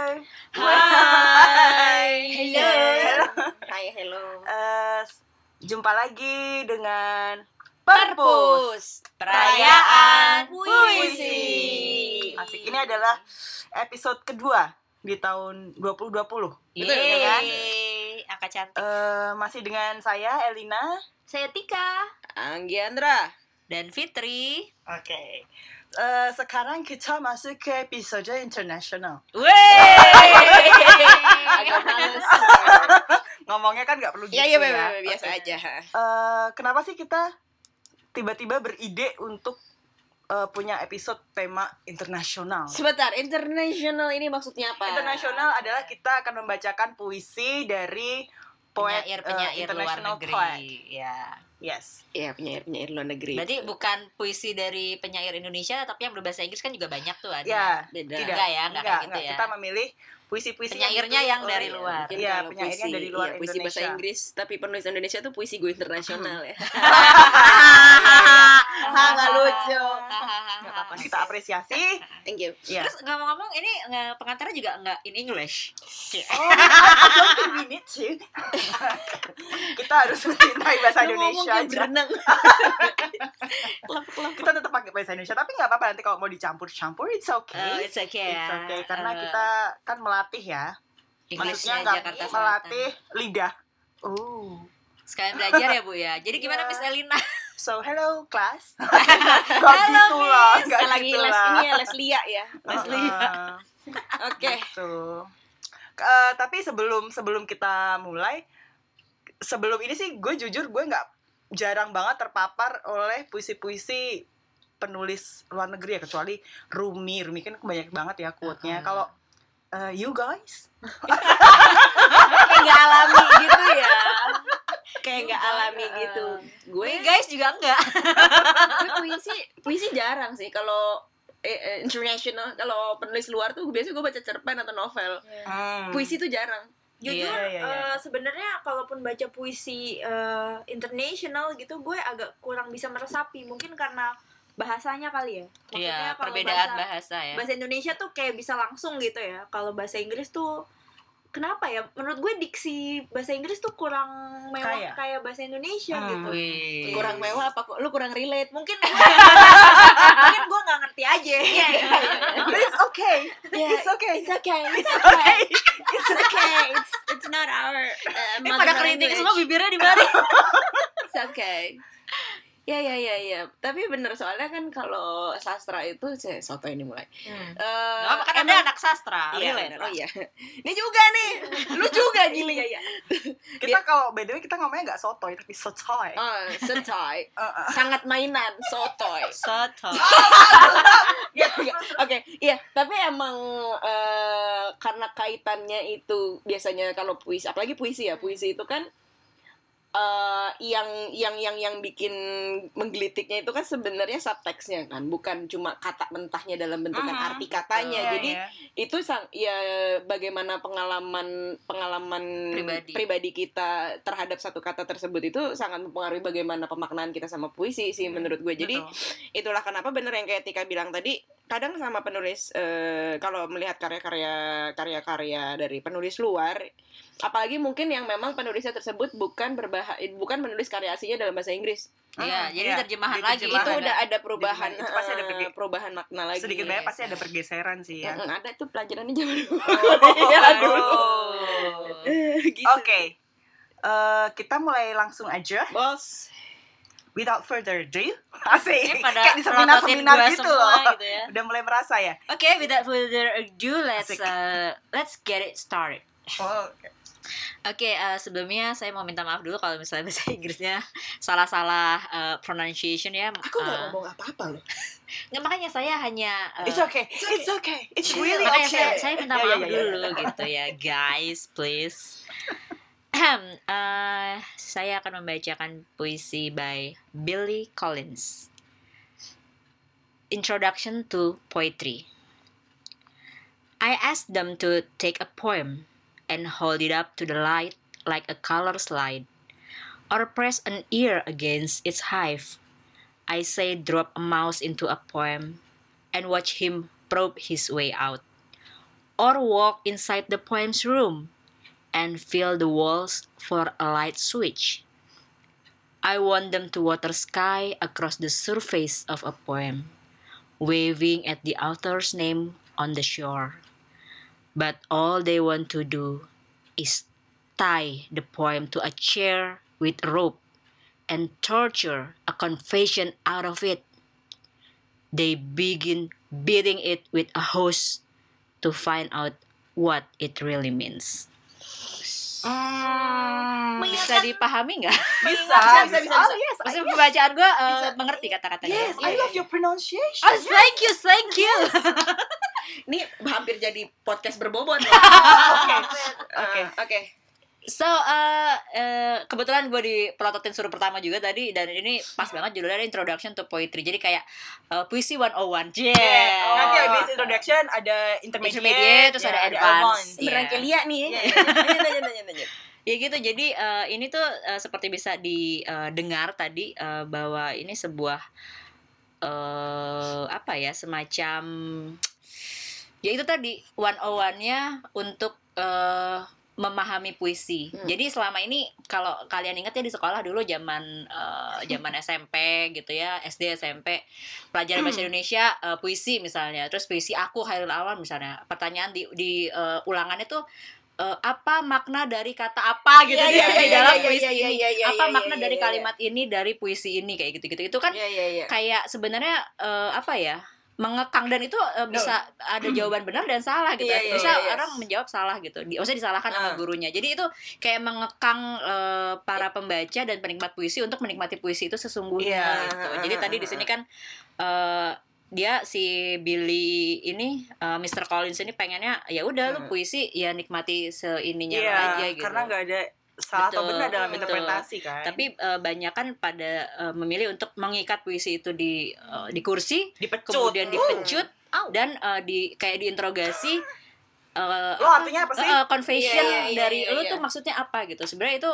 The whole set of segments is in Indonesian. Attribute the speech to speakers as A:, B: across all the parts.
A: Eh, Jumpa lagi dengan
B: Perpus Perayaan
A: Puisi.
B: Puisi
A: Asik. Ini adalah episode kedua di tahun 2020. Betul, ya kan?
B: Yeay Angka cantik
A: Eh, masih dengan saya Elina.
B: Saya Tika
C: Anggiandra.
B: Dan Fitri
A: Oke. Eh, sekarang kita masuk ke episode internasional.
C: Agak males.
A: Ngomongnya kan nggak perlu gitu ya.
C: Iya, iya, iya, iya, biasa
A: Oke.
C: aja.
A: Eh, kenapa sih kita tiba-tiba beride untuk eh, punya episode tema internasional?
C: Sebentar, international ini maksudnya
B: Nah.
C: apa?
A: Internasional adalah kita akan membacakan puisi dari poet eh,
B: Penyair-penyair luar
A: international poet.
B: negeri Ya
A: Yes.
C: Iya, penyair-penyair luar
A: Gitu.
C: negeri.
B: Berarti bukan puisi dari penyair Indonesia Tapi yang berbahasa Inggris kan juga banyak tuh ada
A: Ya,
C: beda.
A: tidak.
B: Enggak ya, enggak kayak gitu ya.
A: Kita memilih puisi-puisi yang
B: Penyairnya
A: ditulis
B: yang
A: oleh-
B: dari luar.
C: Mungkin
A: Iya,
C: kalau
A: penyairnya
C: puisi-
A: dari luar
C: iya, puisi bahasa
A: Indonesia.
C: Inggris, tapi penulis Indonesia tuh puisi gue internasional ya.
A: Hahaha, lucu. Nggak apa-apa, kita apresiasi.
C: Thank you.
A: Ya.
B: Terus ngomong-ngomong ini nge- pengantarnya juga nggak in English.
A: Oh, I don't think we need to. kita harus mencintai bahasa
C: Lu ngomong
A: Indonesia
C: kayak
A: aja.
C: berenang.
A: Kita tetap pakai bahasa Indonesia, tapi nggak apa-apa nanti kalau mau dicampur-campur it's
B: Oh,
A: okay.
B: it's
A: Eh,
B: okay.
A: It's
B: ya.
A: okay karena
B: Eh,
A: kita kan melatih ya.
B: Englishnya
A: Maksudnya nggak
B: Jakarta Selatan.
A: melatih lidah. Oh.
B: Sekalian belajar ya Bu ya. Jadi
A: Iya.
B: gimana Miss Elina?
A: So hello class. gak gitu lah,
B: Miss.
A: gak
C: Kita lagi
A: gitu
C: les
A: lah.
C: ini ya, les Lia ya. Les Lia.
A: Heeh,
C: Oke.
A: gitu. Eh, tapi sebelum sebelum kita mulai, sebelum ini sih gue jujur gue nggak jarang banget terpapar oleh puisi-puisi penulis luar negeri ya kecuali Rumi Rumi kan banyak banget ya quote-nya
B: Heeh.
A: kalau eh, you guys
C: Kayak nggak alami gitu ya. Kayak nggak alami
B: Heeh.
C: gitu. Gue
B: Nih guys juga enggak.
C: Tapi puisi puisi jarang sih kalau eh, eh, international kalau penulis luar tuh biasanya gue baca cerpen atau novel
A: Hmm.
B: Hmm.
C: puisi tuh jarang
D: jujur
A: Iya, iya, iya.
D: eh, sebenarnya kalaupun baca puisi eh, international gitu gue agak kurang bisa meresapi mungkin karena bahasanya kali ya
B: Iya,
D: kalau
B: perbedaan bahasa,
D: bahasa,
B: ya.
D: bahasa Indonesia tuh kayak bisa langsung gitu ya kalau bahasa Inggris tuh kenapa ya menurut gue diksi bahasa Inggris tuh kurang
A: Kaya.
D: mewah kayak bahasa Indonesia
A: Hmm.
D: gitu
B: Wih.
C: kurang mewah apa kok lu kurang relate
D: mungkin gue- mungkin gue nggak ngerti aja
B: Iya,
A: But it's okay it's okay
C: Ya, it's okay it's
A: okay
D: it's okay it's, it's not our
C: uh,
B: Eh,
C: mother
B: pada keriting
C: language.
B: semua bibirnya di mana?
C: it's okay ya ya ya ya tapi bener soalnya kan kalau sastra itu saya soto ini mulai Eh,
B: apa kan
C: emang-
B: ada anak sastra,
C: Iya,
B: relate
C: bener. oh
B: lah.
C: iya ini juga nih lu juga gili
D: iya iya
A: kita
B: Iya.
A: kalau by the way kita ngomongnya nggak sotoy tapi sotoy
C: oh sotoy
A: Eh, eh.
C: sangat mainan sotoy
B: Soto.
C: Oke, iya, tapi emang eh, karena kaitannya itu biasanya kalau puisi, apalagi puisi ya, puisi itu kan eh, yang yang yang yang bikin menggelitiknya itu kan sebenarnya subtextnya kan, bukan cuma kata mentahnya dalam bentukan
A: Mhm,
C: arti katanya.
B: betul. Iya,
C: Jadi itu sang, ya bagaimana pengalaman pengalaman
B: Pribadi.
C: kita terhadap satu kata tersebut itu sangat mempengaruhi bagaimana pemaknaan kita sama puisi
B: Iya.
C: sih menurut gue. Jadi
A: Betul.
C: itulah kenapa bener yang kayak Tika bilang tadi kadang sama penulis eh, kalau melihat karya-karya karya-karya dari penulis luar apalagi mungkin yang memang penulisnya tersebut bukan berbahasa bukan menulis karya aslinya dalam bahasa Inggris
A: Ah,
B: Iya, jadi
A: iya.
B: terjemahan
A: Jadi
B: lagi
A: terjemahan.
C: itu
B: itu
C: udah ada perubahan
A: Itu pasti ada
C: eh,
A: perge-
C: perubahan makna lagi
A: sedikit banyak pasti ada pergeseran sih ya.
C: Mm, ada tuh pelajarannya zaman dulu
A: Iya,
B: Oh.
A: aduh.
B: Aduh.
C: gitu
A: Oke. Eh, kita mulai langsung aja
C: bos
A: without further ado. Asik.
B: Iya, Ini pada
A: Kayak di seminar-seminar
B: melototin gua
A: gitu
B: semua
A: loh.
B: gitu ya.
A: Udah mulai merasa ya.
B: Oke, without further ado, let's
A: Asik.
B: uh, let's get it started.
A: Oh,
B: Oke, eh, sebelumnya saya mau minta maaf dulu kalau misalnya bahasa Inggrisnya salah-salah eh, pronunciation ya.
C: aku nggak
B: Eh,
C: ngomong apa-apa loh
B: nggak, makanya saya hanya eh,
A: It's okay. It's okay. It's really
B: Iya, makanya saya,
A: okay.
B: saya minta
A: Ya, ya,
B: maaf
A: ya, ya.
B: dulu gitu ya, guys, please. Ahem, eh, saya akan membacakan puisi by Billy Collins. Introduction to Poetry. I asked them to take a poem and hold it up to the light like a color slide, or press an ear against its hive. I say, drop a mouse into a poem and watch him probe his way out, or walk inside the poem's room and feel the walls for a light switch. I want them to water sky across the surface of a poem, waving at the author's name on the shore. But all they want to do is tie the poem to a chair with a rope and torture a confession out of it. They begin beating it with a hose to find out what it really means. Bisa dipahami nggak?
A: Bisa,
C: bisa, bisa,
A: Oh,
C: bisa.
A: Ah. yes, I-
B: Maksudnya pembacaan gue eh,
C: Bisa.
B: mengerti kata-katanya.
A: yes, I
C: Iya,
A: love
C: iya.
A: your pronunciation.
B: Oh, thank you, thank you.
C: Ini hampir jadi podcast berbobot. ya.
A: Oke.
C: Oke,
A: Ah,
C: oke.
B: So, eh, eh, kebetulan gue dipelototin suruh pertama juga tadi dan ini pas banget judulnya Introduction to Poetry. Jadi kayak eh, puisi 101. Yeah. Iya.
A: Yeah. Nanti habis introduction ada intermediate,
B: Oh. Intermediate, terus ada advance. Iya.
C: Berangkelia nih.
A: Iya, iya,
C: Lanjut, lanjut, lanjut, lanjut.
B: Ya gitu. Jadi eh, ini tuh eh, seperti bisa didengar tadi eh, bahwa ini sebuah eh apa ya semacam ya itu tadi 101-nya untuk eh, memahami puisi.
C: Hmm.
B: Jadi selama ini kalau kalian ingat ya di sekolah dulu zaman eh, zaman SMP gitu ya, SD SMP pelajaran bahasa Indonesia eh, puisi misalnya. Terus puisi aku Khairul Awan misalnya. Pertanyaan di di eh, ulangannya tuh eh, apa makna dari kata apa gitu
C: Iya,
B: di,
C: iya,
B: di
C: iya,
B: dalam
C: iya,
B: puisi
C: iya,
B: ini.
C: iya, iya,
B: apa
C: iya,
B: makna
C: iya,
B: dari
C: iya, iya.
B: kalimat ini dari puisi ini kayak gitu-gitu. Itu kan
C: Iya, iya, iya.
B: kayak sebenarnya eh, apa ya mengekang dan itu eh, bisa ada jawaban benar dan salah gitu
C: Iya, iya,
B: bisa
C: iya, iya.
B: orang menjawab salah gitu Di- maksudnya disalahkan
C: Ah.
B: sama gurunya jadi itu kayak mengekang eh, para pembaca dan penikmat puisi untuk menikmati puisi itu sesungguhnya
A: Iya.
B: gitu
C: ah,
B: jadi tadi di sini kan eh, dia si Billy ini eh, Mr. Collins ini pengennya ya udah lu
C: Hmm.
B: puisi ya nikmati seininya
A: Iya,
B: aja gitu
A: karena nggak ada salah atau
B: Betul,
A: benar dalam
C: betul.
A: interpretasi kan.
B: tapi banyak kan pada eh, memilih untuk mengikat puisi itu di eh, di kursi
A: dipecut.
B: kemudian
A: Uh,
B: dipecut dan eh, di kayak diinterogasi eh,
A: Lo
B: apa,
A: artinya apa sih?
B: eh, eh, confession
C: Iya, iya, iya,
B: dari
C: iya,
B: lu
C: iya.
B: tuh maksudnya apa gitu sebenarnya itu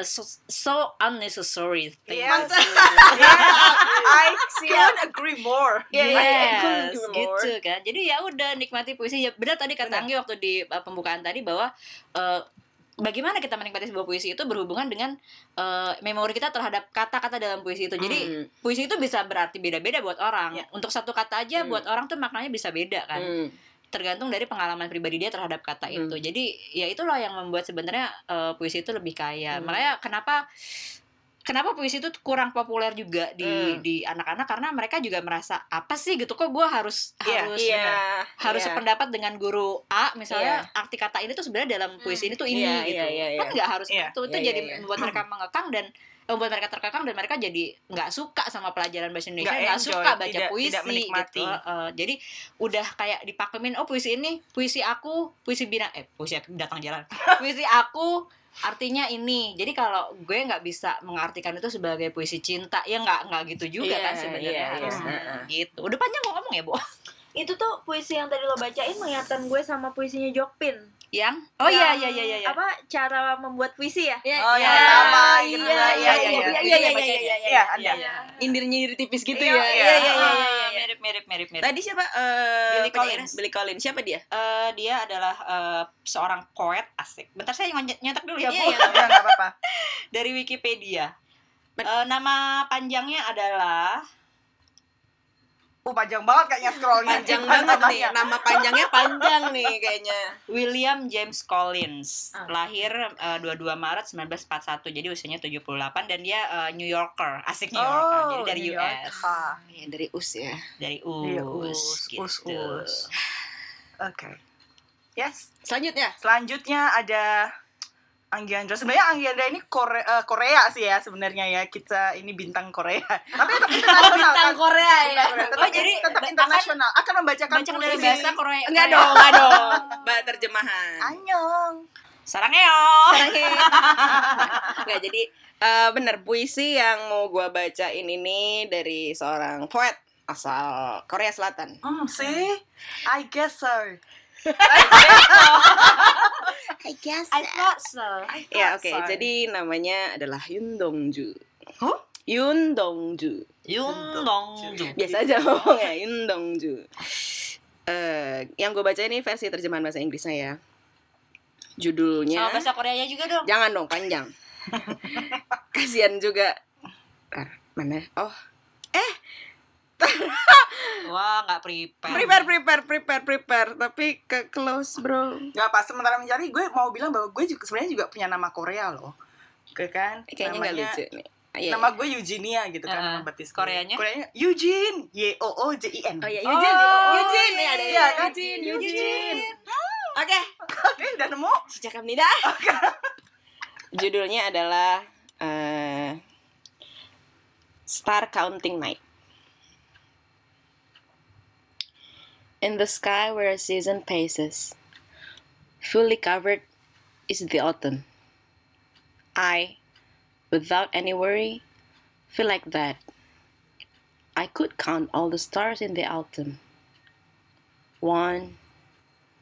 B: eh, so, so unnecessary thing.
A: Yes.
C: Iya,
A: Yes, I couldn't agree more.
C: Iya, iya, iya.
B: Yes,
C: Couldn't agree more.
B: gitu kan. Jadi ya udah nikmati puisi. Ya benar tadi kata
A: Benar.
B: Anggi waktu di uh, pembukaan tadi bahwa uh, bagaimana kita menikmati sebuah puisi itu berhubungan dengan uh, memori kita terhadap kata-kata dalam puisi itu. Jadi
C: Mm.
B: puisi itu bisa berarti beda-beda buat orang.
A: Ya.
B: Untuk satu kata
C: Iya.
B: aja
C: Hmm.
B: buat orang tuh maknanya bisa beda kan.
C: Mm.
B: Tergantung dari pengalaman pribadi dia terhadap kata
C: Hmm.
B: itu. Jadi ya itulah yang membuat sebenarnya uh, puisi itu lebih kaya.
C: Hmm.
B: Makanya kenapa kenapa puisi itu kurang populer juga di
C: Hmm.
B: di anak-anak karena mereka juga merasa apa sih gitu kok gua harus
A: Iya,
B: harus
C: Iya.
B: harus
C: iya.
B: sependapat dengan guru A misalnya arti kata ini tuh sebenarnya dalam puisi ini tuh ini
C: Iya,
B: gitu
C: iya, iya, iya.
B: kan nggak harus
A: Iya.
B: itu itu
C: Iya, iya,
B: jadi
C: iya.
B: membuat mereka mengekang dan eh, membuat mereka terkekang dan mereka jadi nggak suka sama pelajaran bahasa Indonesia
A: Nggak
B: nggak
A: enjoy,
B: suka baca
A: tidak-
B: puisi
A: tidak menikmati.
B: gitu Heeh, jadi udah kayak dipakemin oh puisi ini puisi aku puisi bina eh puisi aku datang jalan puisi aku artinya ini jadi kalau gue nggak bisa mengartikan itu sebagai puisi cinta ya nggak nggak gitu juga
C: Iya,
B: kan sebenarnya
C: iya,
B: harusnya.
C: iya.
B: gitu udah panjang kok ngomong ya bu
D: Itu tuh puisi yang tadi lo bacain mengingatkan gue sama puisinya Jokpin.
B: yang oh iya
D: Yang
B: iya iya iya
D: Apa cara membuat puisi ya? gitu.
A: Oh, yang pertama, yang kedua, iya, iya, iya.
C: Iya, iya, iya, iya,
A: Iya, ada.
B: Iya.
C: Indir-nyindir tipis gitu
A: Iya,
C: ya.
A: iya, iya, iya,
B: Ah, mirip mirip mirip mirip.
C: Tadi siapa? Eh,
B: Billy
C: penyair?
B: Collins.
C: Billy Collins. Siapa dia?
B: Eh, dia adalah eh, seorang poet asik. Bentar saya nyontek nyetak dulu ya, Bu.
A: Iya, iya, nggak apa-apa.
B: Dari Wikipedia. Eh, nama panjangnya adalah
A: Uh, panjang banget kayaknya scrollnya.
C: Panjang
A: Gimana
C: banget nih.
A: namanya?
C: Nama panjangnya panjang nih kayaknya.
B: William James Collins.
D: Ah.
B: Lahir eh, 22 Maret 1941. Jadi usianya 78 dan dia eh, New Yorker. Asik New Yorker.
A: Oh,
B: Iya, Jadi dari
A: New
B: US.
A: Yorker.
C: Ya, dari US ya.
B: Dari
A: Iya,
B: US.
A: us,
B: gitu.
A: us, us. Oke. Yes.
C: Selanjutnya.
A: Selanjutnya ada Anggi Andra. Sebenarnya Anggi Andra ini Kore- eh, Korea sih ya sebenarnya ya. Kita ini bintang Korea. Tapi tetap internasional kan. Bintang
C: Korea
A: Korea, tetap,
B: Oh, jadi
A: tetap
B: akan-
A: internasional. Akan membacakan
B: Bacaan dari
A: puisi.
B: bahasa Korea.
C: Enggak dong, enggak dong. Mbak terjemahan.
A: Anyong.
B: Sarangeo.
C: Enggak jadi eh, bener puisi yang mau gua bacain ini dari seorang poet asal Korea Selatan.
A: Hmm, see? I guess so.
C: I guess.
B: I thought so.
C: Ya oke, jadi namanya adalah Yun Dongju.
A: Huh?
C: Yun Dongju.
B: Yun Dongju.
C: Biasa aja ngomongnya Yun Dongju. Eh, yang gue baca ini versi terjemahan bahasa Inggrisnya ya. Judulnya Iya.
B: Sama bahasa Koreanya juga dong.
C: Jangan dong panjang. Kasihan juga Ah, mana? Oh,
B: Wah, nggak prepare.
C: prepare, prepare, prepare, prepare. Tapi ke close, bro.
A: Gak apa, sementara mencari gue mau bilang bahwa gue juga sebenarnya juga punya nama Korea loh. Oke kan?
C: Eh, Kayaknya nggak
A: Namanya-
C: lucu nih. Ah, iya,
A: Nama gue Eugenia gitu kan,
B: Eh,
A: nama batis gue.
B: Koreanya?
A: Koreanya Eugene, Y O O J I N.
C: iya. Oh iya,
B: Oh,
C: Eugene, Eugene, ya, ada
A: iya kan?
C: Eugene,
A: Eugene.
C: Eugene. Oke,
A: Oke, udah nemu.
C: Cicakap Nida. Judulnya adalah eh, Star Counting Night. In the sky where a season paces, fully covered is the autumn. I, without any worry, feel like that. I could count all the stars in the autumn. One,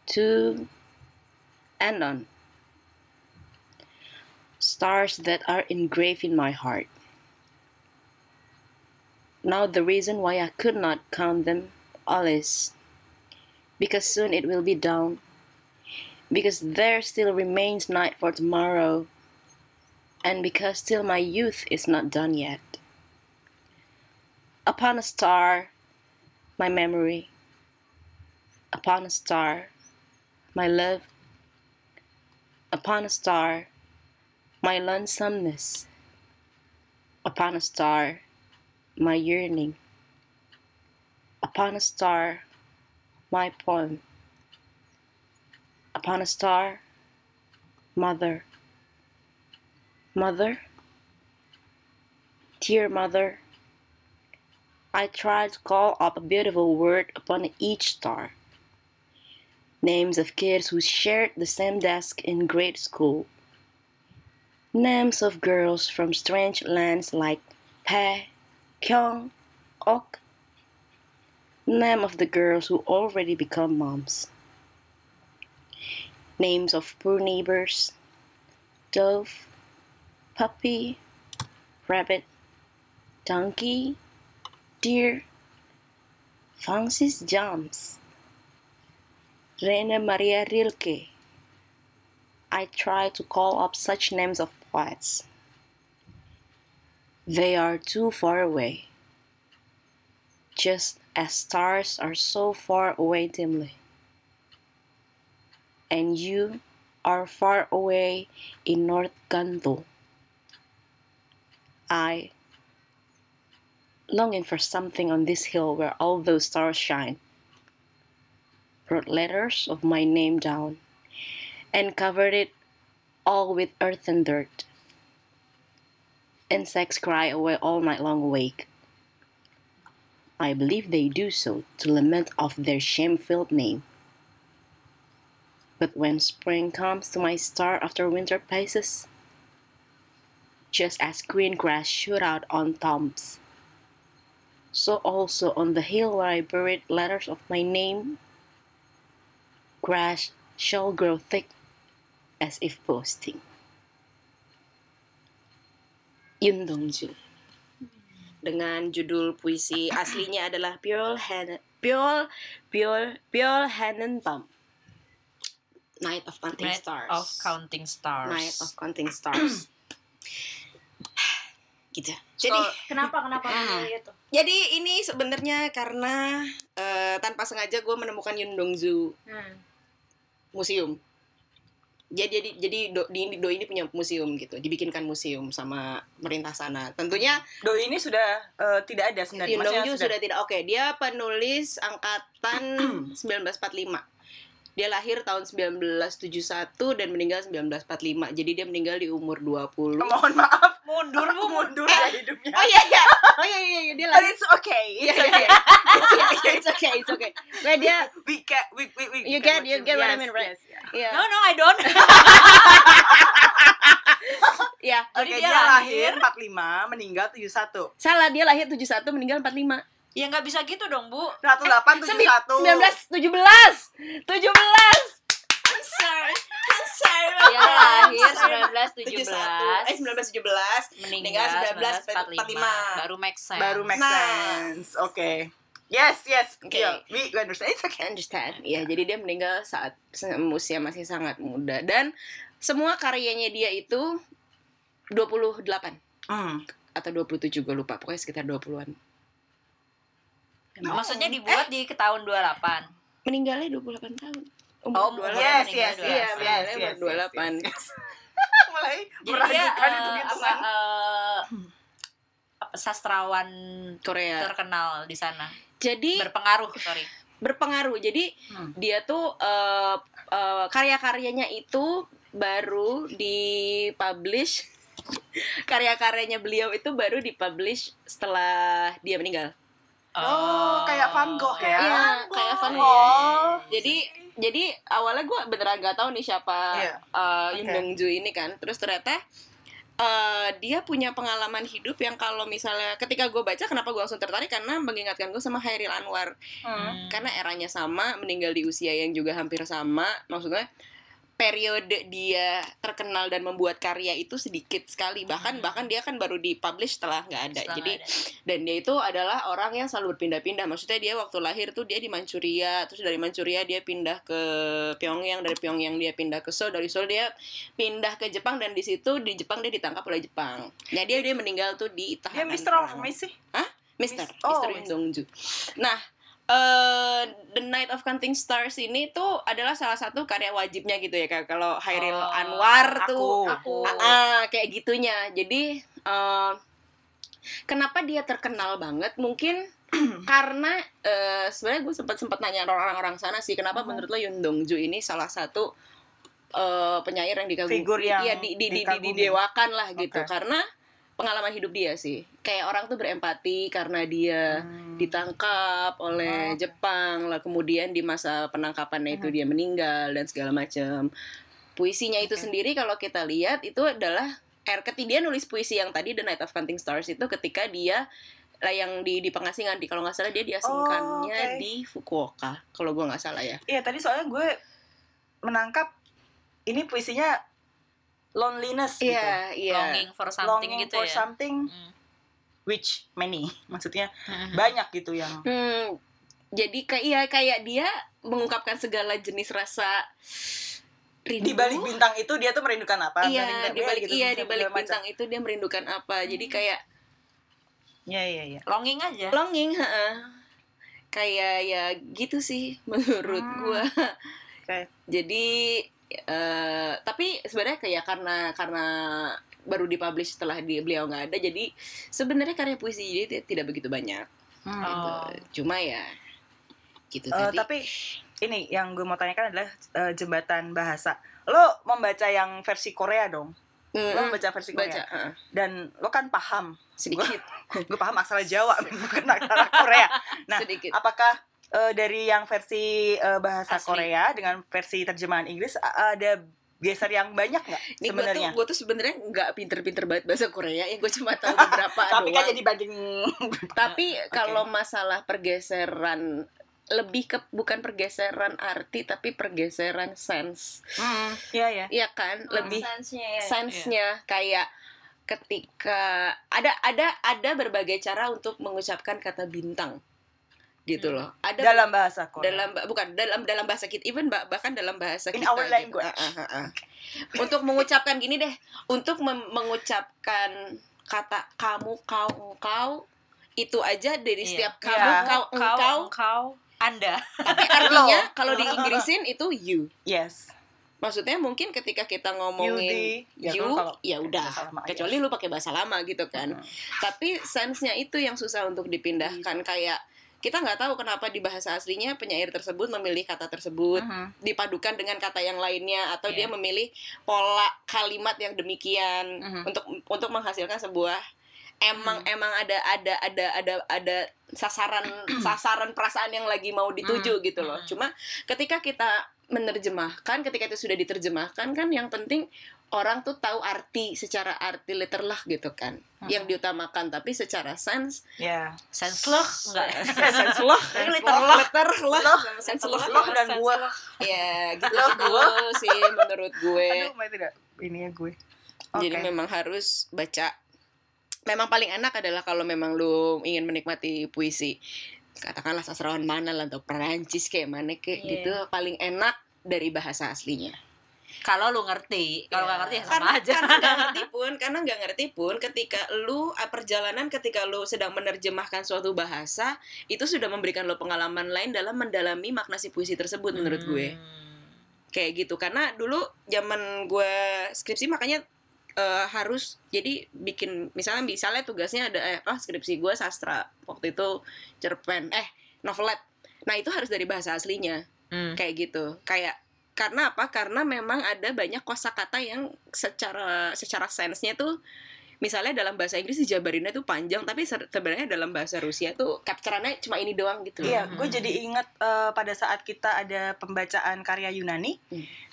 C: two, and on stars that are engraved in my heart. Now, the reason why I could not count them all is because soon it will be dawn, because there still remains night for tomorrow, and because still my youth is not done yet. Upon a star, my memory, upon a star, my love, upon a star, my lonesomeness upon a star my yearning upon a star my poem upon a star mother mother dear mother i tried to call up a beautiful word upon each star names of kids who shared the same desk in grade school names of girls from strange lands like Pae, Kyung, Ok. Name of the girls who already become moms. Names of poor neighbors, dove, puppy, rabbit, donkey, deer, Francis Jams, Rene Maria Rilke. I try to call up such names of poets. They are too far away, just as stars are so far away dimly. And you are far away in North Ganto. I, longing for something on this hill where all those stars shine, wrote letters of my name down and covered it all with earth and dirt. Insects cry away all night long awake. I believe they do so to lament of their shame filled name. But when spring comes to my star after winter passes, just as green grass shoot out on tombs, so also on the hill where I buried letters of my name grass shall grow thick as if posting. Yun Dongju. Dengan judul puisi aslinya adalah Piol Han Piol Piol Piol Hanenbam. Night of Counting
B: Night
C: Stars.
B: of counting stars.
C: Night of Counting Stars. gitu. Jadi
A: So-
D: Kenapa kenapa
C: Ah.
D: memilih itu?
C: jadi ini sebenarnya karena eh, tanpa sengaja gue menemukan Yun Dongju
D: Hmm.
C: museum. Jadi jadi jadi do, di, do ini punya museum gitu, dibikinkan museum sama pemerintah sana. Tentunya
A: Doi ini sudah eh, tidak ada sebenarnya.
C: Yun
A: Maksudnya
C: Dongju sudah tidak oke. Dia penulis angkatan 1945. Dia lahir tahun 1971 dan meninggal 1945. Jadi dia meninggal di umur 20. Oh
A: Mohon maaf,
B: mundur
A: aku mundur dari hidupnya.
C: iya iya. Oh iya iya, iya. dia
A: But
C: lahir.
A: it's okay.
C: Iya iya. It's okay, it's okay. Nah, dia
A: We get, we, we, we
C: You get- you get what I
A: Yes,
C: mean, right?
A: yes, yeah.
C: iya.
B: No, no, I don't.
C: Iya.
A: Oke,
B: Jadi
A: dia, lahir 45, meninggal 71.
C: Salah, dia lahir 71, meninggal 45.
B: Ya nggak bisa gitu dong, Bu.
A: 1871.
C: Sembi- 19, 17 17 I'm sorry I'm sorry
B: Dia
C: iya, 1917
B: lahir
C: Eh
B: 1917.
C: 1917
B: Meninggal 1945.
C: 1945.
B: Baru make sense.
A: Baru make
C: Nah.
A: sense. Oke. Yes, yes.
C: Oke.
A: Yeah, we we understand. It's okay.
C: Understand Ya jadi dia meninggal saat se- usia masih sangat muda Dan semua karyanya dia itu 28
A: Hmm.
C: atau 27 gue lupa pokoknya sekitar 20-an
B: Nah,
E: Maksudnya dibuat di ke tahun 28.
C: meninggalnya 28 tahun
E: Oh,
C: Umur
E: mulai
A: Yes,
C: 28.
E: meninggal
A: yes,
E: dua belas.
A: yes, yes,
C: Iya, Umur
A: yes, yes,
C: 28.
A: yes, yes. Mulai
E: Jadi dia
A: meragukan
E: eh,
A: itu gitu
E: apa, eh, apa, sastrawan
C: Korea
E: terkenal di sana.
C: jadi
E: Berpengaruh, sorry.
C: berpengaruh. Jadi
E: Hmm.
C: dia tuh eh, eh, karya-karyanya itu baru dipublish karya-karyanya beliau itu baru dipublish setelah dia meninggal.
A: Oh, kayak Van Gogh ya?
C: Iya, kayak Van Gogh.
A: Oh.
C: Jadi jadi awalnya gue beneran gak tahu nih siapa
A: Iya.
C: eh, Yun
A: Oke.
C: Dong Ju ini kan. Terus ternyata eh, dia punya pengalaman hidup yang kalau misalnya ketika gue baca kenapa gue langsung tertarik karena mengingatkan gue sama Hairil Anwar.
E: Hmm.
C: karena eranya sama, meninggal di usia yang juga hampir sama, maksudnya periode dia terkenal dan membuat karya itu sedikit sekali bahkan
E: Hmm.
C: bahkan dia kan baru dipublish setelah nggak ada
E: Setelah
C: jadi
E: ada.
C: dan dia itu adalah orang yang selalu berpindah-pindah maksudnya dia waktu lahir tuh dia di Manchuria terus dari Manchuria dia pindah ke Pyongyang dari Pyongyang dia pindah ke Seoul dari Seoul dia pindah ke Jepang dan di situ di Jepang dia ditangkap oleh Jepang nah dia dia meninggal tuh di
A: Dia
C: tahanan
A: Mister
C: Jepang.
A: apa Miss sih?
C: Mister,
A: Mis- oh,
C: Mister Yun
A: Mister.
C: Dong Ju. Nah, eh, The Night of Counting Stars ini tuh adalah salah satu karya wajibnya gitu ya Kak. Kalau Hairil
E: Oh,
C: Anwar tuh
A: Aku.
D: aku
C: Ah, ah, kayak gitunya. Jadi eh, kenapa dia terkenal banget? Mungkin karena eh, sebenarnya gue sempat sempat nanya orang-orang sana sih kenapa menurut lo Yun Dong Ju ini salah satu eh, penyair yang dikagumi
A: Figur yang
C: Iya, di, di, di, di-
A: dikagumi.
C: didewakan lah gitu
A: Oke.
C: karena pengalaman hidup dia sih kayak orang tuh berempati karena dia
A: Hmm.
C: ditangkap oleh Jepang lah kemudian di masa penangkapannya itu dia meninggal dan segala macam puisinya itu sendiri kalau kita lihat itu adalah er ketiga nulis puisi yang tadi The Night of Counting Stars itu ketika dia lah yang di di pengasingan di kalau nggak salah dia diasingkannya
A: oke.
C: di Fukuoka kalau gua nggak salah ya
A: Iya, tadi soalnya gue menangkap ini puisinya loneliness gitu.
C: iya iya
E: Longing for something
A: Longing
E: gitu
A: for
E: ya.
A: something
E: Hmm.
A: which many. Maksudnya
E: Hmm.
A: banyak gitu yang
C: Hmm, jadi kayak iya, kayak dia mengungkapkan segala jenis rasa rindu
A: di balik bintang itu dia tuh merindukan apa?
C: Iya,
A: Merindukan
C: di
A: dia
C: balik
A: gitu,
C: iya
A: segala
C: di balik
A: macam. Hmm.
C: bintang itu dia merindukan apa. Jadi kayak
A: Iya, iya, iya.
E: Longing aja.
C: longing, heeh. Kayak ya gitu sih menurut
A: Hmm.
C: gua.
A: Oke.
C: Jadi eh, tapi sebenarnya kayak karena karena baru dipublish setelah dia beliau nggak ada jadi sebenarnya karya puisi dia ti- tidak begitu banyak
A: Hmm.
C: gitu.
E: Oh.
C: cuma ya gitu
A: Eh,
C: tadi
A: tapi ini yang gue mau tanyakan adalah eh, jembatan bahasa. Lo membaca yang versi Korea dong?
C: Mm,
A: Lo
C: mm,
A: membaca versi Korea?
C: baca heeh.
A: Dan lo kan paham
C: sedikit
A: gue paham aksara Jawa bukan aksara Korea. Nah,
C: sedikit
A: Apakah eh, dari yang versi eh, bahasa
E: Asli.
A: Korea dengan versi terjemahan Inggris a- ada geser yang banyak nggak
C: Ini gue tuh
A: sebenarnya?
C: gue tuh sebenarnya nggak pinter-pinter banget bahasa Korea, yang gue cuma tahu beberapa
A: Tapi kan
C: doang.
A: jadi banding
C: Tapi kalau masalah pergeseran lebih ke bukan pergeseran arti tapi pergeseran sense.
A: Iya ya.
C: Iya kan? Lebih
D: sense-nya ya.
C: sense-nya kayak ketika ada ada ada berbagai cara untuk mengucapkan kata bintang. Gitu loh. Ada
A: Dalam bahasa Korea.
C: dalam ba- bukan dalam dalam bahasa kita even ba- bahkan dalam bahasa
A: In
C: kita
A: our
C: gitu.
A: language.
C: Ah, ah, ah, ah. untuk mengucapkan gini deh untuk mem- mengucapkan kata kamu kau engkau itu aja dari
E: Iya.
C: setiap
A: Iya.
C: kamu Ya. kau engkau
E: Kau, engkau, Anda.
C: tapi artinya kalau di Inggrisin itu you
A: Yes.
C: maksudnya mungkin ketika kita ngomongin
A: Yudi. Ya,
C: you
A: lu kalau-
C: ya
A: bahasa
C: udah
A: lama aja.
C: kecuali lu pakai bahasa lama gitu kan
A: Hmm.
C: tapi sense-nya itu yang susah untuk dipindahkan kayak kita nggak tahu kenapa di bahasa aslinya penyair tersebut memilih kata tersebut
A: Mhm.
C: dipadukan dengan kata yang lainnya atau
E: Iya.
C: dia memilih pola kalimat yang demikian
A: Mhm.
C: untuk untuk menghasilkan sebuah emang emang ada ada ada ada ada sasaran sasaran perasaan yang lagi mau dituju gitu loh.
E: Mhm.
C: Cuma ketika kita menerjemahkan, ketika itu sudah diterjemahkan kan yang penting orang tuh tahu arti secara arti liter lah gitu kan. Yang diutamakan tapi secara sense
A: Ya.
E: Senslog enggak?
A: Sense loh. Liter loh.
C: liter lah sama sense
A: Loh,
C: lah.
A: loh dan gua.
C: Ya, gitu dulu sih menurut gue.
A: Aduh, main tidak. Ini ya gue. Oke.
C: Jadi memang harus baca. Memang paling enak adalah kalau memang lu ingin menikmati puisi. Katakanlah sastrawan mana lah atau Perancis kayak mana kayak
D: Iya.
C: gitu paling enak dari bahasa aslinya.
E: Kalau lu ngerti, kalau nggak
B: Iya.
E: ngerti ya sama
C: karena
E: aja.
C: karena nggak ngerti pun karena nggak ngerti pun ketika lu eh, perjalanan ketika lu sedang menerjemahkan suatu bahasa itu sudah memberikan lu pengalaman lain dalam mendalami makna si puisi tersebut menurut gue
B: Hmm.
C: kayak gitu karena dulu zaman gue skripsi makanya eh, harus jadi bikin misalnya misalnya tugasnya ada eh, apa skripsi gue sastra waktu itu cerpen eh novelet nah itu harus dari bahasa aslinya
E: Hmm.
C: kayak gitu kayak karena apa karena memang ada banyak kosakata yang secara secara sense-nya tuh misalnya dalam bahasa Inggris dijabarinnya tuh panjang tapi ser- sebenarnya dalam bahasa Rusia tuh capturannya cuma ini doang gitu
A: Iya, gue jadi ingat eh, pada saat kita ada pembacaan karya Yunani,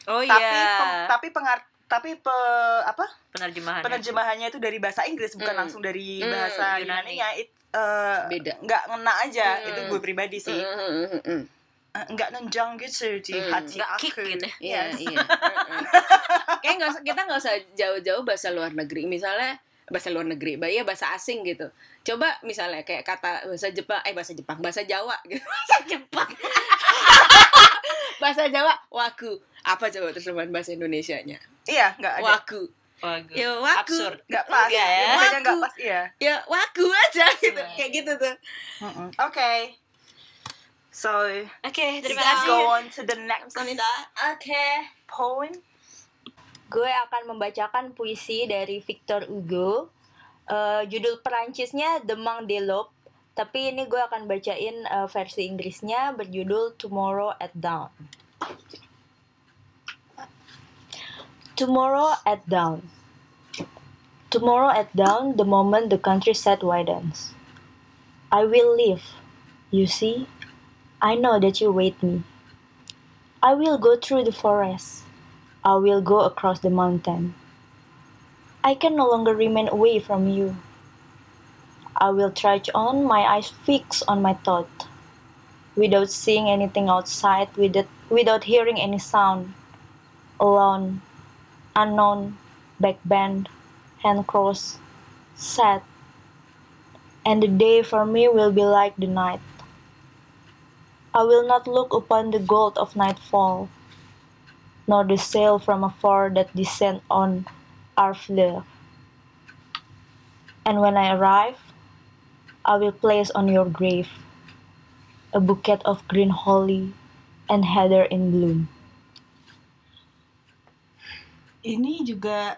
E: Oh
A: tapi
E: iya.
A: pem- tapi pengar tapi pe- apa
E: Penerjemahan.
A: penerjemahannya itu dari bahasa Inggris bukan
C: Hmm.
A: langsung dari
C: Hmm,
A: bahasa
E: Mm. Yunani.
A: Yunani ya it eh,
C: beda
A: nggak ngena aja
C: Hmm.
A: itu gue pribadi sih
C: Mm, mm, mm, mm, mm.
A: Eh, nggak nenjang gitu di
C: Hmm.
A: hati
E: Mm. Nggak kick
A: aku
E: gitu
C: Iya,
A: Yes.
C: iya. Mm-mm. Kayak nggak usah- kita nggak usah jauh-jauh bahasa luar negeri. Misalnya bahasa luar negeri, bah- iya bahasa asing gitu. Coba misalnya kayak kata bahasa Jepang, eh bahasa Jepang, bahasa Jawa gitu. Bahasa Jepang. bahasa Jawa waku. Apa coba terjemahan bahasa Indonesianya?
A: iya nggak ada
C: Waku.
E: Waduh.
C: Ya waku.
E: Absurd.
A: nggak pas
E: Nggak ya?
A: Bedanya nggak
C: Waku.
A: pas iya
C: Ya waku aja gitu.
E: Iya.
C: Kayak gitu tuh.
A: Mm-mm. oke so
E: Oke, terima
A: let's
E: kasih.
A: go on to the next
D: Oke.
A: poem
D: Gue akan membacakan puisi dari Victor Hugo. Eh, judul Perancisnya The Monk de L'Aube, tapi ini gue akan bacain eh, versi Inggrisnya berjudul Tomorrow at Dawn. Tomorrow at dawn. Tomorrow at dawn, the moment the countryside widens. I will leave. You see, I know that you wait me. I will go through the forest. I will go across the mountain. I can no longer remain away from you. I will trudge on, my eyes fixed on my thought, without seeing anything outside, without, without hearing any sound, alone, unknown, back bent, hand crossed, sad. And the day for me will be like the night. I will not look upon the gold of nightfall, nor the sail from afar that descend on our fleur. And when I arrive, I will place on your grave a bouquet of green holly and heather in bloom.
A: ini juga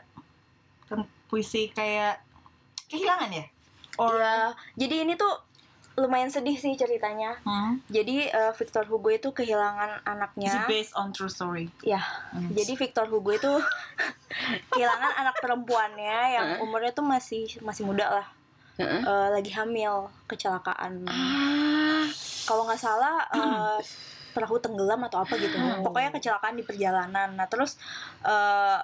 A: ten- puisi kayak kehilangan ya or
D: Iya, jadi ini tuh lumayan sedih sih ceritanya.
A: Hmm?
D: Jadi eh, Victor Hugo itu kehilangan anaknya.
A: Is it based on true story
D: Ya,
A: Hmm.
D: jadi Victor Hugo itu kehilangan anak perempuannya yang
C: Heeh.
D: umurnya tuh masih masih muda lah,
C: Heeh.
D: Eh, lagi hamil kecelakaan.
C: Ah.
D: Kalau nggak salah eh, perahu tenggelam atau apa gitu,
C: Oh.
D: pokoknya kecelakaan di perjalanan. Nah terus eh,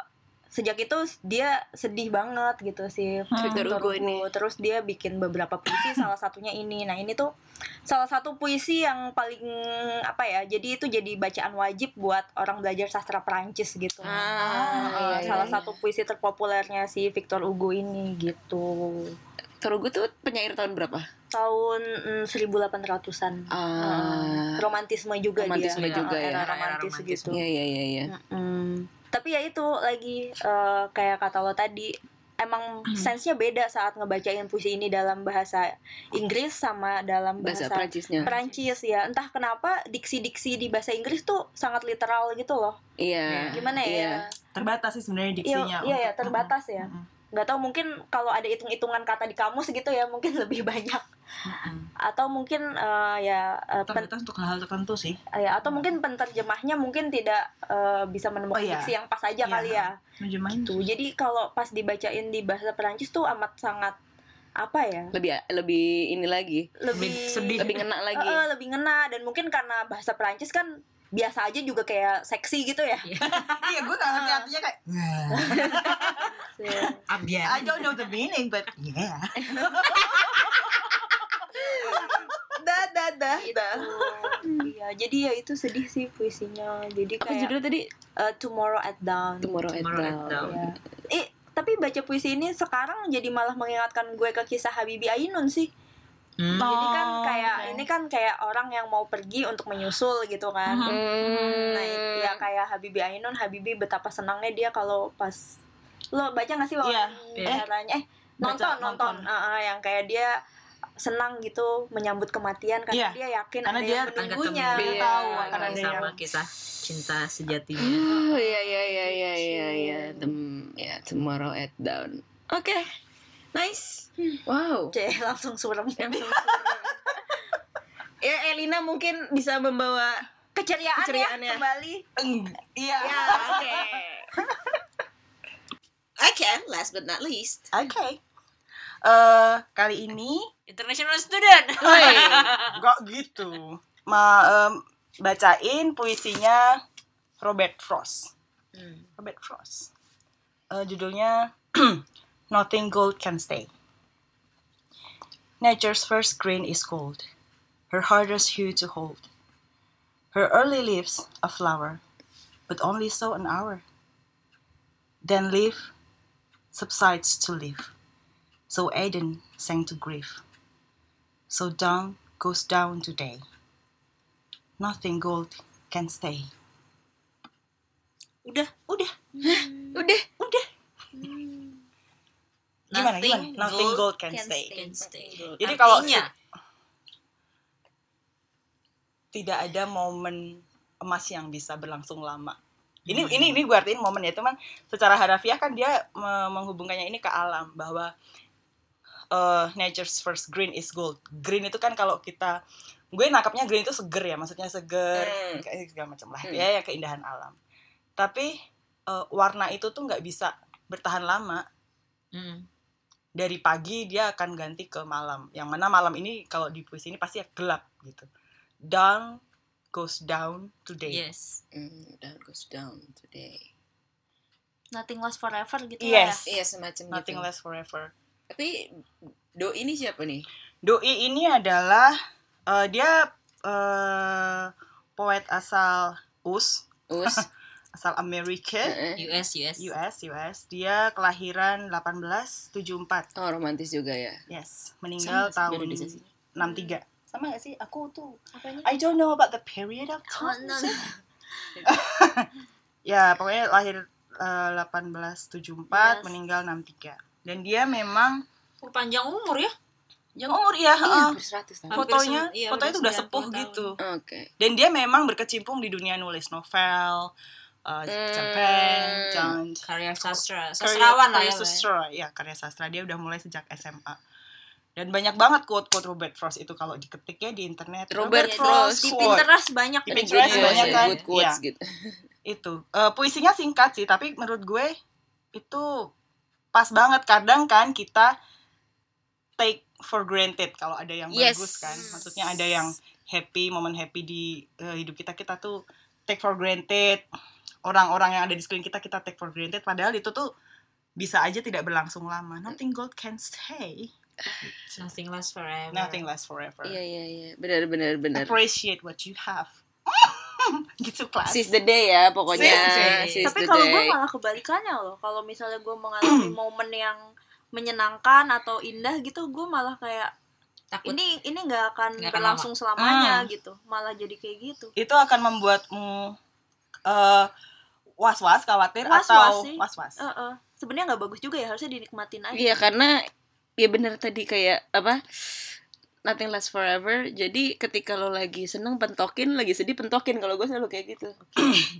D: sejak itu dia sedih banget gitu sih
C: Victor Hugo ini.
D: Terus dia bikin beberapa puisi, salah satunya ini. Nah ini tuh salah satu puisi yang paling apa ya? Jadi itu jadi bacaan wajib buat orang belajar sastra Perancis gitu.
C: Ah,
D: Eh, salah satu puisi terpopulernya si Victor Hugo ini gitu
C: Terugu tuh penyair tahun berapa?
D: tahun mm, 1800-an Eh, romantisme
C: Ah.
D: juga
C: romantisme
D: dia
C: juga
D: Eh,
C: ya.
D: era
E: Era
D: romantis
E: romantisme.
D: gitu
C: Iya, iya, iya, iya.
D: Mm-mm. tapi ya itu lagi eh, kayak kata lo tadi emang sense-nya beda saat ngebacain puisi ini dalam bahasa Inggris sama dalam
C: Bahasa
D: bahasa
C: Perancisnya.
D: Perancis ya entah kenapa diksi-diksi di bahasa Inggris tuh sangat literal gitu loh
C: Iya.
D: gimana
C: Iya.
D: ya
A: terbatas sih sebenarnya
D: iya
A: diksinya
D: iya ya,
A: untuk-
D: terbatas ya
A: Mm-mm.
D: nggak tahu mungkin kalau ada hitung-hitungan kata di kamus gitu ya mungkin lebih banyak
A: Mm-mm.
D: atau mungkin eh, ya eh, pen-
A: terbatas untuk hal tertentu sih
D: eh, ya, atau mungkin penterjemahnya mungkin tidak eh, bisa menemukan
A: Mm. Oh, iya.
D: diksi yang pas aja
A: Iya.
D: kali ya
A: Terjemahin
D: tuh jadi kalau pas dibacain di bahasa Perancis tuh amat sangat apa ya
C: Lebih lebih ini lagi.
D: lebih
A: sedih.
C: Lebih ngena lagi.
D: Eh, eh, lebih ngena dan mungkin karena bahasa Perancis kan biasa aja juga kayak seksi gitu ya
A: iya gue gak ngerti artinya kayak "Nah, I don't know the meaning but yeah dah dah dah dah
D: Tuh, Gitu. iya jadi ya itu sedih sih puisinya jadi
C: Apa
D: kayak
C: judulnya tadi?
D: eh, Tomorrow at Dawn
C: Tomorrow at
E: Tomorrow at
C: Dawn.
E: Dawn.
D: Ya. Eh, tapi baca puisi ini sekarang jadi malah mengingatkan gue ke kisah Habibi Ainun sih.
F: Hmm.
D: Jadi kan kayak
B: oke.
D: ini kan kayak orang yang mau pergi untuk menyusul gitu kan.
B: Mhm.
C: Hmm.
D: Nah, ya
A: Hmm.
D: kayak Habibie Ainun, Habibie betapa senangnya dia kalau pas lo baca nggak sih
A: Iya.
D: wawancaranya? Eh, nonton nonton, Ah, ah, yang kayak dia senang gitu menyambut kematian karena
A: Iya.
D: dia yakin
A: Karena
D: ada
A: dia
D: yang
A: akan
D: menunggunya.
B: ketemu.
A: Iya, tahu
B: Iya,
A: akan ada
E: ya?
B: sama
A: yang-
B: kisah cinta sejatinya.
C: Oh iya iya iya iya iya iya Tem- ya tomorrow at dawn. Hmm. Oke. Nice. Wow.
D: Cek, langsung surem.
C: Ya Elina mungkin bisa membawa
D: Keceriaan,
C: Keceriaan ya.
D: ya kembali.
A: Eng- Iya.
C: oke. Oke, last but not least.
A: Oke. Eh, kali ini
B: International student.
A: nggak gitu. Ma em, bacain puisinya Robert Frost. Robert Frost. Eh, judulnya Nothing Gold Can Stay. Nature's first green is gold, her hardest hue to hold. Her early leaves a flower, but only so an hour. Then leaf subsides to leaf, so Eden sank to grief. So dawn goes down to day. Nothing gold can stay. Udah, udah,
C: Udah.
A: udah. Gimana, gimana? Nothing gold can stay.
B: can stay.
C: Iya.
A: Jadi kalau
B: Artinya,
A: tidak ada momen emas yang bisa berlangsung lama. Ini ini ini gue artiin momen ya, cuman secara harafiah kan dia me- menghubungkannya ini ke alam bahwa eh, nature's first green is gold. Green itu kan kalau kita gue nangkapnya green itu seger ya, maksudnya seger
C: Hmm.
A: kayak segala macam lah
C: Hmm.
A: ya, ya keindahan alam. Tapi eh, warna itu tuh nggak bisa bertahan lama.
B: Hmm.
A: Dari pagi dia akan ganti ke malam. Yang mana malam ini kalau di puisi ini pasti ya gelap gitu. Dawn goes down today.
D: Iya.
B: yes.
C: Mm, dawn goes down today.
D: Nothing lasts forever gitu
A: Yes.
C: Iya semacam
A: Nothing
C: gitu.
A: lasts forever.
C: Tapi do ini siapa nih?
A: Doi ini adalah eh, dia eh, poet asal US,
C: Us.
A: asal Amerika,
C: Heeh.
B: US, US.
A: US, US. Dia kelahiran 1874.
C: oh romantis juga ya.
A: Yes, meninggal
C: Sama
A: tahun
C: nggak sih?
A: 63. Sama gak sih? Aku tuh I don't know about the period of time. ya, pokoknya lahir eh, 1874,
B: Yes.
A: meninggal 63. Dan dia memang
B: Oh, panjang umur ya.
A: yang umur ya,
C: Iya,
A: eh,
C: hampir 100 tahun.
B: hampir
A: fotonya,
B: sem- iya,
A: fotonya
B: udah
A: tuh udah
B: 90
A: sepuh
B: tahun.
A: gitu.
C: Oke.
A: dan dia memang berkecimpung di dunia nulis novel
B: Eh,
A: uh,
C: Hmm.
A: cerpen dan
B: Karya sastra. Sastrawan lah
A: karya
B: ya.
A: sastra ya karya sastra dia udah mulai sejak SMA dan banyak banget quote-quote Robert Frost itu kalau diketiknya di internet
C: Robert Frost.
D: Di
A: quote.
D: Pinterest banyak
A: Di
D: tuh
A: Pinterest
D: judulnya.
A: banyak kan?
C: good quotes gitu.
A: itu Eh, puisinya singkat sih tapi menurut gue itu pas banget kadang kan kita take for granted kalau ada yang
C: Yes.
A: bagus kan maksudnya ada yang happy momen happy di eh, hidup kita kita tuh take for granted orang-orang yang ada di sekeliling kita kita take for granted padahal itu tuh bisa aja tidak berlangsung lama nothing gold can stay
B: Nothing lasts forever.
A: nothing lasts forever
C: Iya iya iya. Benar benar benar.
A: appreciate what you have gitu kelas
C: Sis the day ya pokoknya.
A: Seize the day.
C: Seize
D: Tapi
C: the
D: kalau gue
C: day.
D: malah kebalikannya loh. Kalau misalnya gue mengalami momen yang menyenangkan atau indah gitu, gue malah kayak
B: Takut.
D: ini ini nggak akan
B: Nggak akan Ah.
D: berlangsung selamanya gitu. Malah jadi kayak gitu.
A: itu akan membuatmu eh, was-was, khawatir
D: Was-was
A: atau
D: sih.
A: was-was.
D: Eh, eh. Sebenarnya nggak bagus juga ya harusnya dinikmatin aja.
C: Iya karena ya benar tadi kayak apa nothing lasts forever. Jadi ketika lo lagi seneng pentokin, lagi sedih pentokin. Kalau gue selalu kayak gitu.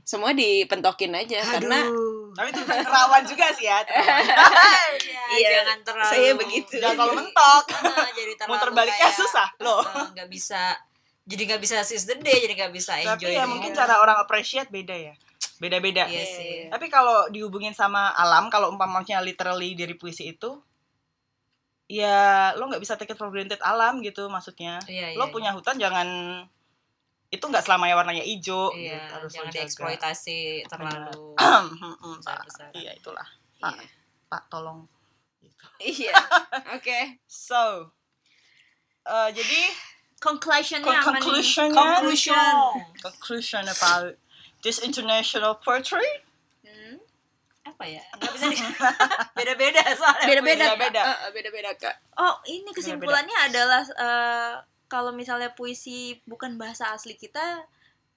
C: Semua dipentokin aja karena
A: Tapi itu rawan juga sih ya. terlawan.
B: Iya,
C: Iya,
B: jangan terlalu.
C: saya begitu.
A: Dan kalau mentok,
B: Ah, jadi terlalu
A: muter baliknya
B: kayak,
A: susah loh.
B: ah, Nggak bisa. Jadi nggak bisa sis the day, jadi nggak bisa enjoy.
A: Tapi ya
B: the
A: mungkin
B: moment.
A: cara orang appreciate beda ya. Beda-beda.
B: Iya sih.
A: Tapi kalau dihubungin sama alam, kalau umpamanya literally dari puisi itu, ya lo nggak bisa take it for granted alam gitu maksudnya.
B: Iya, iya,
A: Lo
B: iya.
A: punya hutan jangan itu nggak selamanya warnanya hijau.
B: Iya,
A: gitu. Harus lo
B: jangan
A: jaga.
B: dieksploitasi terlalu
A: Hmm, hmm, Pak.
B: besar-besar.
A: Iya itulah. Pak,
C: Iya.
A: Pak tolong
C: Iya. Oke.
A: So, eh, jadi
D: Conclusionnya apa nih?
A: conclusion
B: Conclusion.
A: conclusion about this international poetry.
D: Hmm.
B: apa ya nggak bisa di... beda-beda soalnya
D: Beda-beda.
B: puisi.
A: Beda-beda.
C: Eh, eh, beda-beda kak
D: Oh, ini kesimpulannya adalah eh, kalau misalnya puisi bukan bahasa asli kita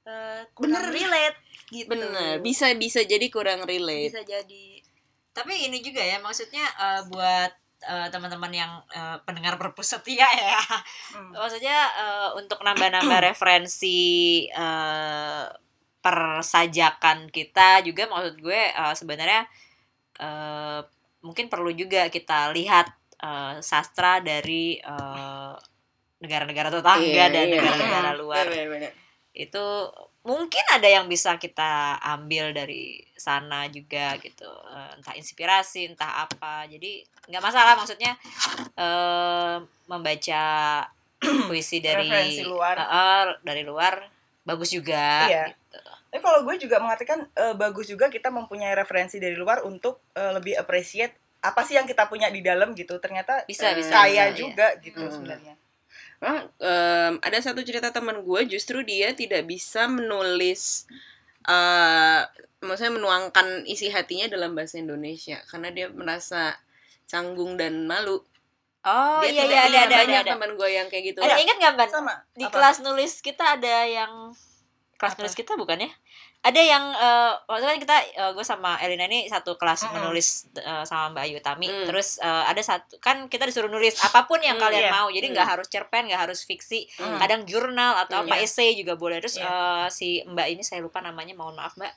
D: eh kurang
C: Bener.
D: relate gitu.
C: bener bisa bisa jadi kurang relate
D: Bisa jadi
B: tapi ini juga ya maksudnya eh, buat eh, teman-teman yang eh, pendengar perpus setia ya
A: Hmm.
B: maksudnya eh, untuk nambah-nambah referensi eh, persajakan kita juga maksud gue eh, sebenarnya eh, mungkin perlu juga kita lihat eh, sastra dari eh, negara-negara tetangga
C: Iya,
B: dan
C: iya.
B: negara-negara luar
C: Bener-bener.
B: itu mungkin ada yang bisa kita ambil dari sana juga gitu Eh, entah inspirasi entah apa jadi nggak masalah maksudnya eh, membaca puisi dari
A: Referensi luar.
B: Eh, eh, dari luar bagus juga
A: Iya.
B: gitu.
A: Tapi kalau gue juga mengatakan eh, bagus juga kita mempunyai referensi dari luar untuk eh, lebih appreciate apa sih yang kita punya di dalam gitu. Ternyata
B: bisa
C: Eh,
B: bisa
A: kaya
B: bisa, iya.
A: juga gitu
C: Mm.
A: sebenarnya.
C: Ah, em, ada satu cerita teman gue justru dia tidak bisa menulis eh maksudnya menuangkan isi hatinya dalam bahasa Indonesia karena dia merasa canggung dan malu.
B: iya. oh
C: dia
B: iya
C: tidak
B: iya ada ada
C: banyak
B: ada ada
C: teman gue yang kayak gitu.
B: Ada, ingat nggak Ban?
A: Sama.
B: di
A: apa?
B: kelas nulis kita ada yang kelas
A: Apa?
B: nulis kita bukan ya ada yang eh, waktu kan kita gue sama Elina ini satu kelas
A: Mm-mm.
B: menulis eh, sama Mbak Ayu Tami
C: Mm.
B: terus eh, ada satu kan kita disuruh nulis apapun yang
C: Mm,
B: kalian
A: iya.
B: mau jadi nggak harus cerpen nggak harus fiksi
A: Mm.
C: Hmm.
B: kadang jurnal atau
C: Mm,
B: apa
C: iya.
B: essay juga boleh terus
A: Iya.
B: eh, si Mbak ini saya lupa namanya mohon maaf Mbak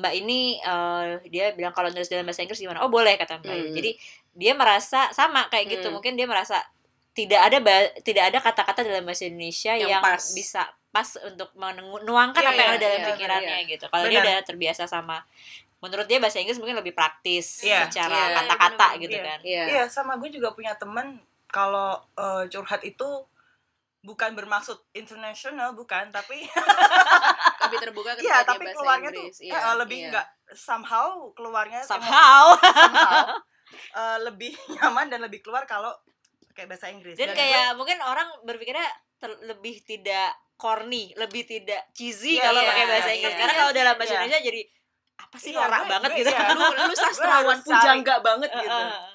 B: Mbak ini eh, dia bilang kalau nulis dalam bahasa Inggris gimana oh boleh kata Mbak Ayu
A: Hmm.
C: Mm.
B: jadi dia merasa sama kayak
C: Mm.
B: gitu mungkin dia merasa tidak ada ba- tidak ada kata-kata dalam bahasa Indonesia
C: Yang
B: yang,
C: pas.
B: bisa pas untuk menuangkan
A: Iya,
B: apa yang
A: iya,
B: ada dalam
A: iya,
B: pikirannya gitu. Kalau dia
A: Benar.
B: udah terbiasa sama menurut dia bahasa Inggris mungkin lebih praktis
A: Iya.
B: secara
C: Iya,
B: kata-kata
D: benar-benar.
B: gitu
A: Iya.
B: kan.
C: Iya.
A: Iya, sama gue juga punya temen kalau eh, curhat itu bukan bermaksud internasional bukan, tapi
C: Lebih terbuka ketika
A: iya,
C: dia
A: tapi
C: bahasa
A: keluarnya tuh
C: Inggris. iya,
A: eh, eh, lebih enggak somehow keluarnya
B: Somehow
A: somehow, eh, lebih nyaman dan lebih keluar kalau kayak bahasa Inggris. Dan
B: dan kayak mungkin orang berpikirnya ter- lebih tidak corny, lebih tidak cheesy
A: Iya,
B: kalau
A: iya,
B: pakai bahasa
C: iya,
B: Inggris.
C: iya.
B: Karena kalau dalam bahasa
A: Iya.
B: Indonesia jadi apa sih
A: Iya,
B: norak
A: gue-
B: banget
A: gue-
B: gitu.
A: iya.
C: Lu, lu sastrawan
A: Gue harus
C: pujangga banget
B: Eh,
C: gitu.
B: eh.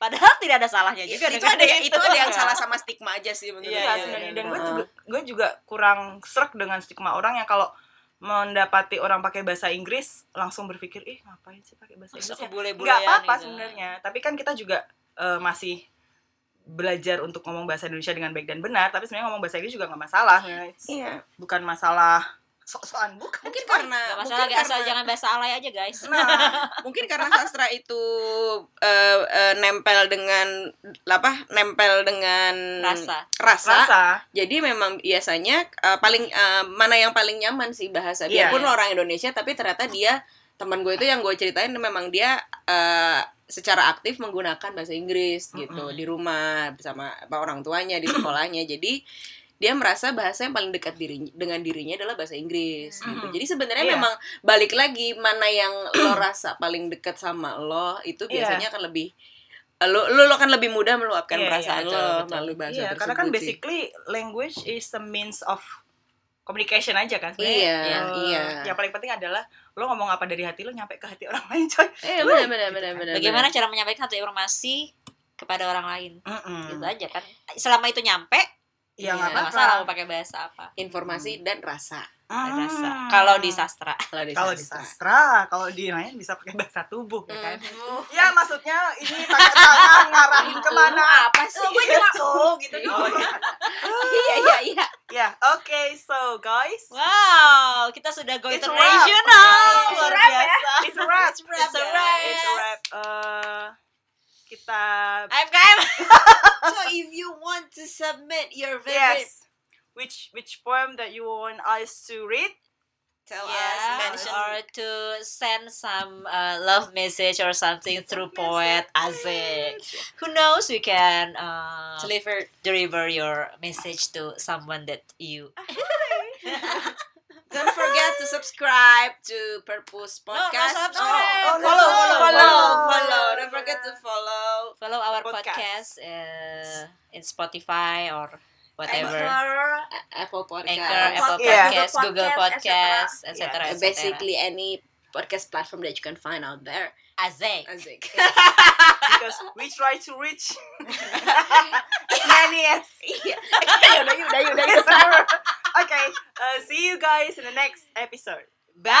B: Padahal tidak ada salahnya
C: Itu
B: juga dengan
C: ada
B: itu.
C: itu ada yang salah sama stigma aja sih menurut
B: Iya,
A: Iya,
C: gue.
A: sebenarnya. dan gue
C: Heeh.
A: juga, gue juga kurang serak dengan stigma orang yang kalau mendapati orang pakai bahasa Inggris langsung berpikir ih ngapain sih pakai bahasa Inggris
B: Masuk
A: ya?
B: kebule-bulean
A: nggak apa-apa
B: gitu.
A: sebenarnya tapi kan kita juga eh, masih belajar untuk ngomong bahasa Indonesia dengan baik dan benar tapi sebenarnya ngomong bahasa Inggris juga nggak masalah
C: Iya.
A: bukan masalah sok-sokan bukan
C: Mungkin karena
B: Gak masalah,
C: mungkin
B: gak asal
C: karena-
B: jangan bahasa alay aja guys.
A: nah
C: mungkin karena sastra itu eh, eh, nempel dengan apa nempel dengan
B: Rasa.
C: rasa.
A: rasa
C: jadi memang biasanya eh, paling eh, mana yang paling nyaman sih bahasa
A: Iya, iya.
C: biarpun orang Indonesia tapi ternyata dia teman gue itu yang gue ceritain memang dia eh, secara aktif menggunakan bahasa Inggris gitu
A: Mm-mm.
C: di rumah bersama apa, orang tuanya di sekolahnya jadi dia merasa bahasa yang paling dekat diri dengan dirinya adalah bahasa Inggris gitu.
A: Mm-mm.
C: Jadi sebenarnya
A: Iya.
C: memang balik lagi mana yang lo rasa paling dekat sama lo itu
A: Iya.
C: biasanya akan lebih eh, lo lo, lo akan lebih mudah
A: Iya,
C: meluapkan
A: iya,
C: perasaan
B: betul,
C: lo
B: betul.
C: melalui bahasa
A: Iya, karena kan
C: tersebut sih.
A: basically language is the means of communication aja kan sebenarnya.
C: Iya,
A: eh,
C: iya.
A: Yang paling penting adalah lo ngomong apa dari hati lo nyampe ke hati orang lain, coy.
C: Eh, benar benar benar benar.
B: Bagaimana cara menyampaikan satu informasi kepada orang lain?
A: Mm-mm.
B: Gitu aja kan. Selama itu nyampe,
A: Ya
C: Iya,
A: nggak
B: nggak
A: apa-apa.
B: masalah mau pakai bahasa apa.
C: informasi dan rasa
B: Ada Rasa.
A: Mm.
B: Kalau di sastra.
C: kalau di
A: kalau di
C: sastra.
A: sastra, kalau di lain bisa pakai bahasa tubuh, ya kan?
C: Mm.
A: Ya maksudnya ini pakai tangan ngarahin kemana?
C: Lu apa sih?
A: Oh, gue cuma oh gitu doang.
C: iya iya iya.
A: Ya, oke, so guys,
B: Wow, kita sudah go
A: It's a wrap.
B: international.
A: It's a
B: Luar
A: wrap, ya.
B: biasa.
A: it's a wrap.
B: It's a wrap.
A: It's a wrap. It's a wrap. Eh, kita
B: AFKM.
D: So if you want to submit your favorite
A: Yes. Which which poem that you want us to read?
C: Tell us
B: Yeah,
C: mention.
B: or to send some uh, love message or something through poet Azek. Who knows? We can uh,
C: Deliver.
B: deliver your message to someone that you
C: Don't forget to subscribe to Purpose Podcast.
B: no, subscribe.
A: Oh, oh, no,
C: follow, follow,
A: subscribe. Follow.
C: follow, follow. Don't forget to follow.
B: follow our
A: Podcast.
B: podcast, uh, in Spotify or whatever.
D: Anchor,
C: Apple
B: Anchor,
C: Podcast.
B: Apple
A: Yeah.
B: Podcast, Google
D: Podcast,
B: Podcast,
A: etc.
B: etc.
C: Basically any podcast platform that you can find out there.
E: Azek.
C: Azik.
A: because we try to reach as many as
C: Ayo, udah, yuk, udah, yuk, udah, yuk.
A: okay uh, see you guys in the next episode
E: Bye.